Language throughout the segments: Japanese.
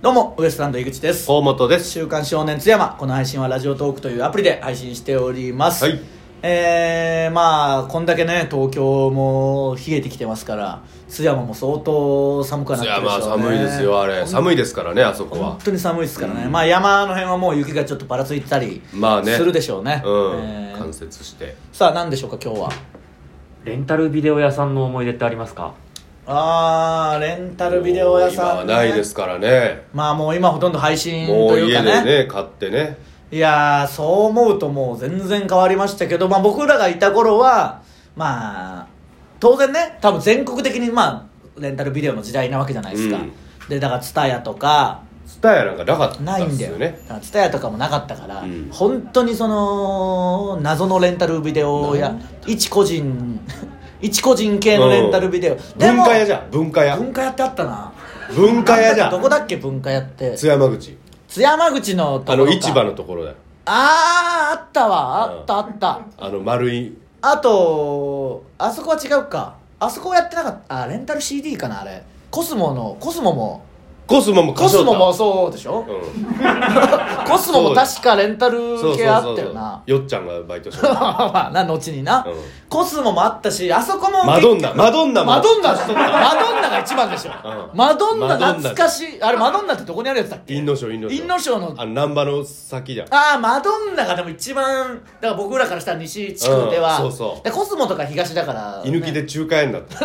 どうもウエストランド井口です大本です週刊少年津山この配信はラジオトークというアプリで配信しております、はいえー、まあこんだけね東京も冷えてきてますから津山も相当寒くはなっいてるやでしょまあう、ね、寒いですよあれ寒いですからねあそこは本当に寒いですからね、まあ山の辺はもう雪がちょっとばらついてたりまあねするでしょうね,、うんえー関節してさあ何でしょうか今日はレンタルビデオ屋さんの思い出ってありますかあーレンタルビデオ屋さん、もう今はないですからねまあもう今ほとんど配信もとういう家かでね買ってねいやーそう思うともう全然変わりましたけど、まあ、僕らがいた頃はまあ当然ね多分全国的にまあレンタルビデオの時代なわけじゃないですか、うんでだから TSUTAYA とかツタヤなんかなかったないんですだよよねだから TSUTAYA とかもなかったから、うん本当にその謎のレンタルビデオや一個人 一個人系のレンタルビデオ、でも文化屋じゃん文化屋文化屋ってあったな文化屋じゃどこんだっけ文化屋って津山口津山口のとこあろのか市場のところだよあああったわあったあった、あの丸いあとあそこは違うかあそこはやってなかったあレンタル CD かなあれコスモのコスモもコスモもコ貸しスよったモもそうでしょ、うんコスモも確かレンタルそうそう系そあうっそたうよな よっちゃんがバイトしてたまあまあな後にな、うんコスモもあったしあそこもマドンナマドンナもマドンナマドンナが一番でしょ、うんマドンナマドンナ懐かしいあれマドンナってどこにあるやつだっけ印の賞印の賞印の賞のあの難波の先じゃんああマドンナがでも一番だから僕らからしたら西地区では、うんそうそうでコスモとか東だから、居抜きで仲介になった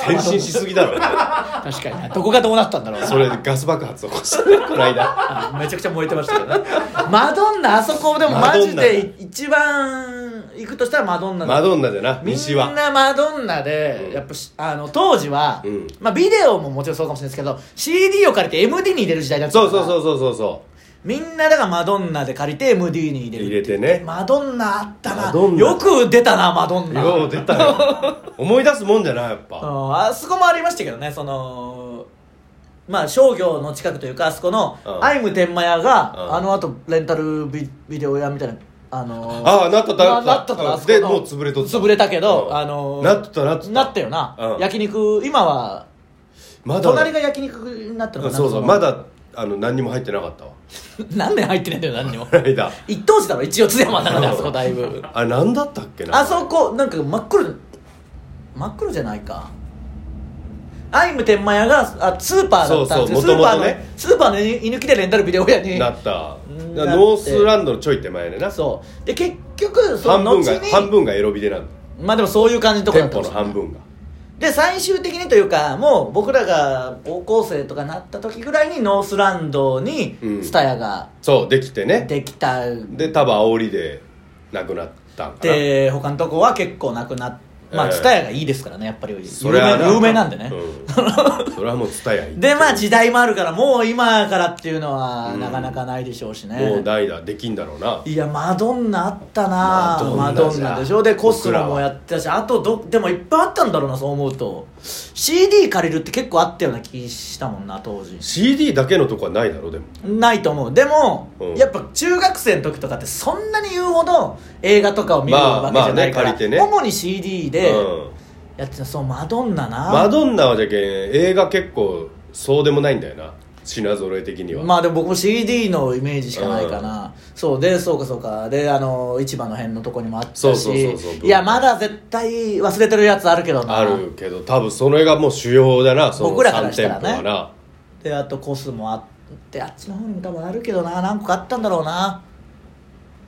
転身しすぎだろ確かになどこがどうなったんだろうそれガス爆発起こしたこの間あめちゃくちゃ燃えてましたけどねマドンナあそこでもマジマドンナで一番行くとしたらマドンナだマドンナでなみ西んはなマドンナで、うんやっぱしあの当時は、うんまあ、ビデオももちろんそうかもしれないですけど CD を借りて MD に入れる時代だったかそうらそうそうそうそうそみんなだからマドンナで借りて MD に入れる入れてねマドンナあったなマドンナよく出たなマドンうナよう出たよ思い出すもんじゃないやっうぱんあそこもありましたけどねそのまあ商業の近くというかあそこのうんアイム天満屋が、うんあのあとレンタルビビデオ屋みたいなあのーああなっとったなななっっととっったたあそこのでもう潰れとった潰れたけど、うんあのーなっとったなっとったよな、うん焼肉今はまだ隣が焼肉になったのかなそうそうのまだあの何にも入ってなかったわ何年入ってないんだよ何に もこの間一等地だろ一応津山だからあそこだいぶあれ何だったっけなあそこなんか真っ黒真っ黒じゃないかアイム天満屋があスーパーだったんですけどそうそうスーパーの、元々ねスーパーの居抜きでレンタルビデオ屋になったんだからノースランドのちょい手前でなそうで結局そ半の分後がに半分がエロビデなんだまあでもそういう感じのとこだ店ったか舗もしのれない半分がで最終的にというかもう僕らが高校生とかなった時ぐらいにノースランドにうんツタヤがそうできてねできたで多分煽りでなくなったんかなで他のとこは結構なくなっまあええツタヤがいいですからねやっぱり有それは名有名なんでね、うんそれはもう伝えやでまあ時代もあるからもう今からっていうのはなかなかないでしょうしね、もう代打できんだろうないやマドンナあったなママドドンンナじゃナでしょでコス僕モらもはやってたしあとどでもいっぱいあったんだろうなそう思うと CD 借りるって結構あったような気したもんな当時 CD だけのとこはないだろうでもないと思うでも、うんやっぱ中学生の時とかってそんなに言うほど映画とかを見るまあわけじゃないから、まあね借りてね主に CD でうんやってた、そうマドンナなマドンナはじゃけん映画結構そうでもないんだよな品揃え的にはまあでも僕も CD のイメージしかないかな、そうでそうかそうかであの市場の辺のとこにもあったしそうそうそうそうやまだ絶対忘れてるやつあるけどなあるけど多分それがもう主要だなその僕らから3した店らね舗はなであとコスもあってあっちの方にも多分あるけどな何個かあったんだろうな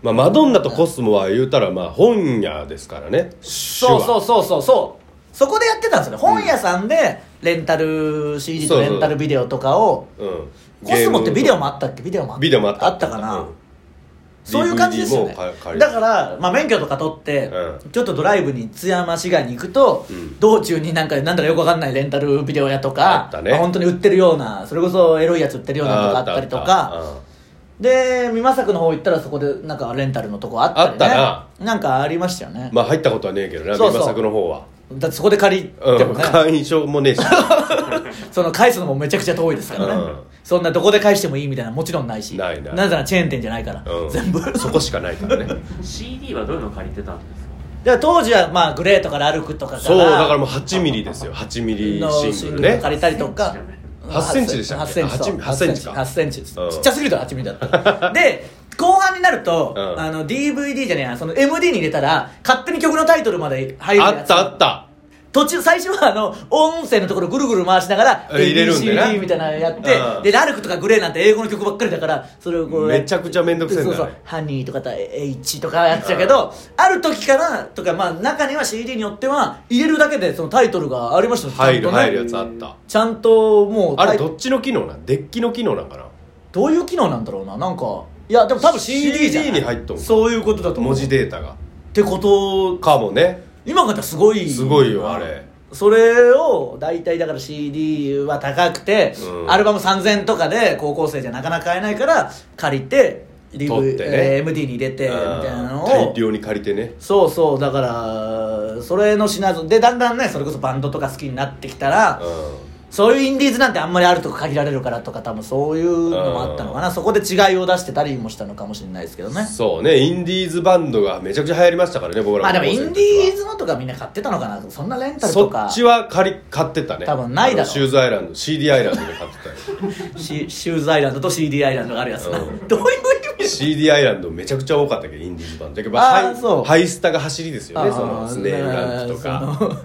まあマドンナとコスモは言うたらまあ本屋ですからねそうそうそうそうそうそこでやってたんですよね本屋さんでレンタル CD とそうそうレンタルビデオとかをう、うん、コスモってビデオもああったっけビデオもあったビデオもあったあったかな、うんそういう感じですよね DVD も借りだから、まあ、免許とか取って、うちょっとドライブに津山市街に行くと、うん道中になんかなんだかよくわかんないレンタルビデオ屋とあかったねまあ本当に売ってるようなそれこそエロいやつ売ってるようなとかあったりとあったあかったうんで美作の方行ったらそこでなんかレンタルのとこあったりねあったなんかありましたよね、まあ入ったことはねえけどなそう美そう作の方はだってそこで借りてうん もね、会員証もね えしその返すのもめちゃくちゃ遠いですからね、うんそんなどこで返してもいいみたいなのもちろんないしないないなぜならチェーン店じゃないから、うん全部 そこしかないからね CD はどういうの借りてたんですかで当時はまあグレーとかラルクとかからそうだからもう8ミリですよ8ミリのシシンンググルルをね借りたりとか知らない8センチでしたっけ8センチあ8 8センチか8センチです、うんちっちゃすぎるだろ8ミリだった らで後半になると、うんあの DVD じゃねえやその MD に入れたら勝手に曲のタイトルまで入るあやつったあった途中最初はあの音声のところぐるぐる回しながらえ入れるんでね ABCD みたいなのやって、うんでラルクとかグレーなんて英語の曲ばっかりだからそれをこうやってめちゃくちゃ面倒くせえんだねそうそうハニーとかだ H とかやってたけど、ある時からとかまあ中には CD によっては入れるだけでそのタイトルがありましたよちゃ入んとるね入るやつあったちゃんともうあタれイどっちの機能なんデッキの機能なんかなどういう機能なんだろうななんかいやでも多分 CD じゃない CD に入っとんかそういうことだと思う文字データがってことかもね今方すごいすごいよあれそれを大体だから CD は高くて、うんアルバム3000とかで高校生じゃなかなか買えないから借りて DV 取ってねえー MD に入れてみたいなのを大量に借りてねそうそうだからそれの品ぞでだんだんねそれこそバンドとか好きになってきたら、うそういうインディーズなんてあんまりあるとこ限られるからとか多分そういうのもあったのかな、そこで違いを出してたりもしたのかもしれないですけどねんそうねインディーズバンドがめちゃくちゃ流行りましたからね僕らまあでもインディーズズのとかみんな買ってたのかなそんなレンタルそとかっちは借り買ってたね多分ないだろあのシューズアイランド CD アイランドで買ってたよシシューズアイランドと CD アイランドがあるやつな、うんどういう意味 CD アイランドめちゃくちゃ多かったけどインディーズバンドだけどあーハイそうハイスタが走りですよねそあーのスネールランプとかその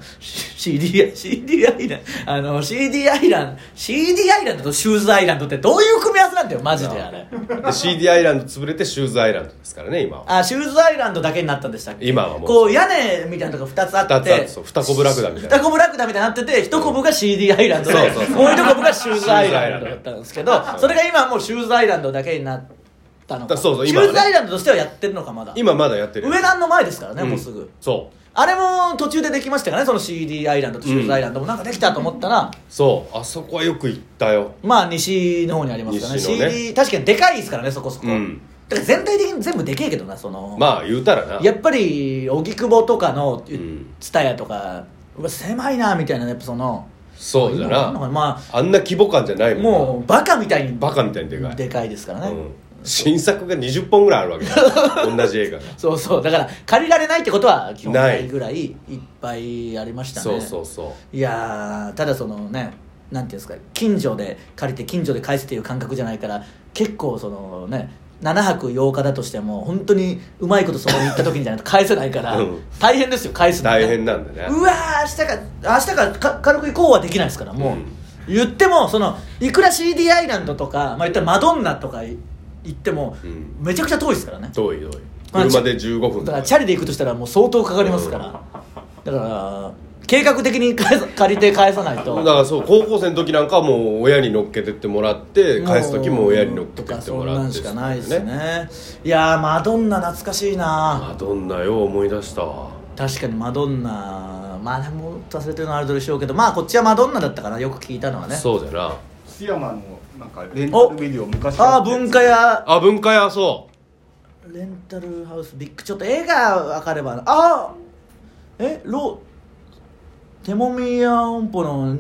CD, CD アイランドあの CD アイランド CD アイランドとシューズアイランドってどういう組み合わせなんだよマジであれで CD アイランド潰れてシューズアイランドですからね今はあシューズアイランドだけになったんでしたっけ今はもうこう屋根みたいなのが2つあ二っつあっててそう二コブラクダみたい二なコブラクダみたいになってて一コブが CD アイランドでそうそうそうもう一コブがシューズアイランドだったんですけどそれが今はもうシューズアイランドだけになったのかだそうそうシ今はュねーズアイランドとしてはやってるのかまだ今まだやってる上田の前ですからね、うんもうすぐそうあれも途中でできましたからねその CD アイランドとシューズアイランドもなんかできたと思ったら、そうあそこはよく行ったよまあ西の方にありますからね西のね CD 確かにでかいですからねそこそこ、うんだから全体的に全部でけえけどなそのまあ言うたらなやっぱり荻窪とかのん蔦屋とか、うわ狭いなみたいなやっぱそのそうじゃ今なのまあんな規模感じゃないあもんなもうバカみたいにバカみたいにでかいでかいですからね、うん新作が20本ぐらいある わけだ同じ映画がそうそうだから借りられないってことは基本ないないぐらいいっぱいありましたねそうそうそういやーただそのねなんていうんですか近所で借りて近所で返すっていう感覚じゃないから結構そのね7泊8日だとしても本当にうまいことそこに行った時にじゃないと 返せないから、うん大変ですよ返すの、ね、大変なんだねうわー明日か明日からか軽く行こうはできないですからもう、うん言ってもそのいくら CD アイランドとか、まあ、言ったらマドンナとかい行っても、うんめちゃくちゃ遠いですからね遠い遠いまあ車で15分だからチャリで行くとしたらもう相当かかりますから、だから計画的に返さ借りて返さないとだからそう高校生の時なんかはもう親に乗っけてってもらって返す時も親に乗っけてってもらってとかそんなんしかないですねいやーマドンナ懐かしいなマドンナよ思い出したわ確かにマドンナまあでも忘れてるのあるでしょうけどまあこっちはマドンナだったかなよく聞いたのはねそうじゃな津山のなんかレンタルビデオ昔ああやってたやつ文化屋あ文化屋そレンタルハウスビッグちょっと絵が分かればああえロ手もみや本舗の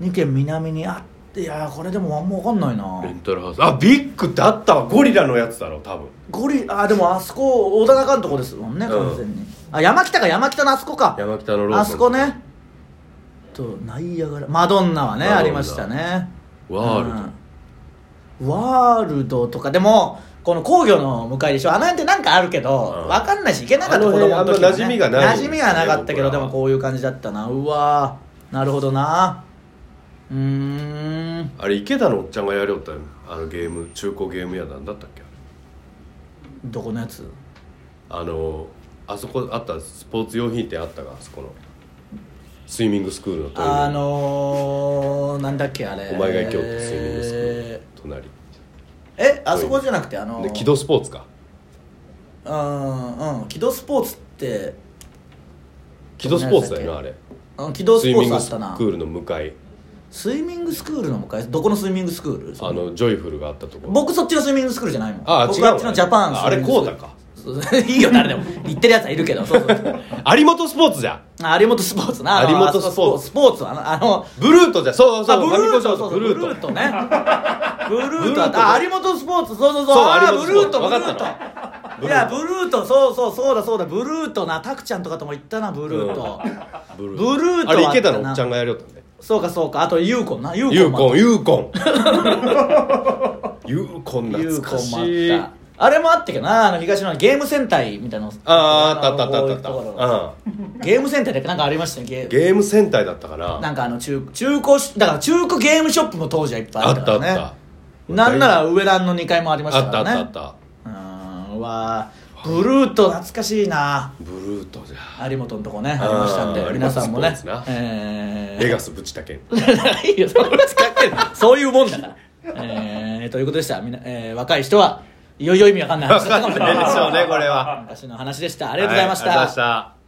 2軒南にあっていやーこれでもあんま分かんないなうレンタルハウスあビッグってあったわゴリラのやつだろ多分ゴリあでもあそこ小田中のとこですもんねうん完全に、あ山北か山北のあそこか山北のローソンあそこねとナイアガラマドンナはねマドンナありましたねワールドド、うんワールドとかでもこの工業の向かいでしょあの辺ってなんかあるけど、うんわかんないし行けなかったあの子供辺の時、あんま馴染みがな馴い染みがなかったけど僕でらもこういう感じだったなうわーなるほどなうーんあれ池田のおっちゃんがやりよったよあのゲーム中古ゲーム屋なんだったっけどこのやつあのあそこあったスポーツ用品店あったがあそこのスイミングスクールの隣あのー、なんだっけあれお前が行きよってスイミングスクールの隣えあそこじゃなくてあので木戸スポーツかうんうん木戸スポーツって木戸スポーツだよなあれうん木戸ススイポミーツンあグっスクたなールの向かいスイミングスクールの向かいどこのスイミングスクールあのジョイフルがあったところ僕そっちのスイミングスクールじゃないもんあ僕違うわあっちのジャパンああれこうだかうだいいよ誰でも言ってるやつはいるけどそうそうそう有本スポーツじゃんあ有本スポーツなあの有本スポーツあそこスポーツはなあのブルートじゃんそうそうあブルートそうそうブブルルーートトねブルートあっブルートたあ有本スポーツそうそうそうそうあ有ー本ブスルポーーツトブルわーかっトいやブルートそうそうそうだそうだブルートなタクちゃんとかとも行ったなブルート、ブルブルートあはあったなれ池田のおっちゃんがやりよったんでそうかそうかあとユーコンなユユーーコンコンユー コンユーコンもあった懐かユしいーコンもあったあれもあったけどなあの東のゲーム戦隊みたいなのあーあったあったあったあっこういうとこたろあゲーム戦隊だけなんかありましたねゲーゲーム戦隊だったかななんかあの中中古しだから中古ゲームショップも当時はいっぱいああったっかたあらっねたなんなら上段の2階もありましあたかったあらっねたあったうーんうわーブルート懐かしいなブルートじゃ有本のとこねあーありましたんで皆さんもね有本スポーツなえーレガスぶちたけんないよそれ使ってるそういうもんだからえー、ということでしたみな、えー若い人はいよいよ意味わかんない話だったかもしれないでしょうねこれは昔の話でしたありがとうございました、はいありがとうございました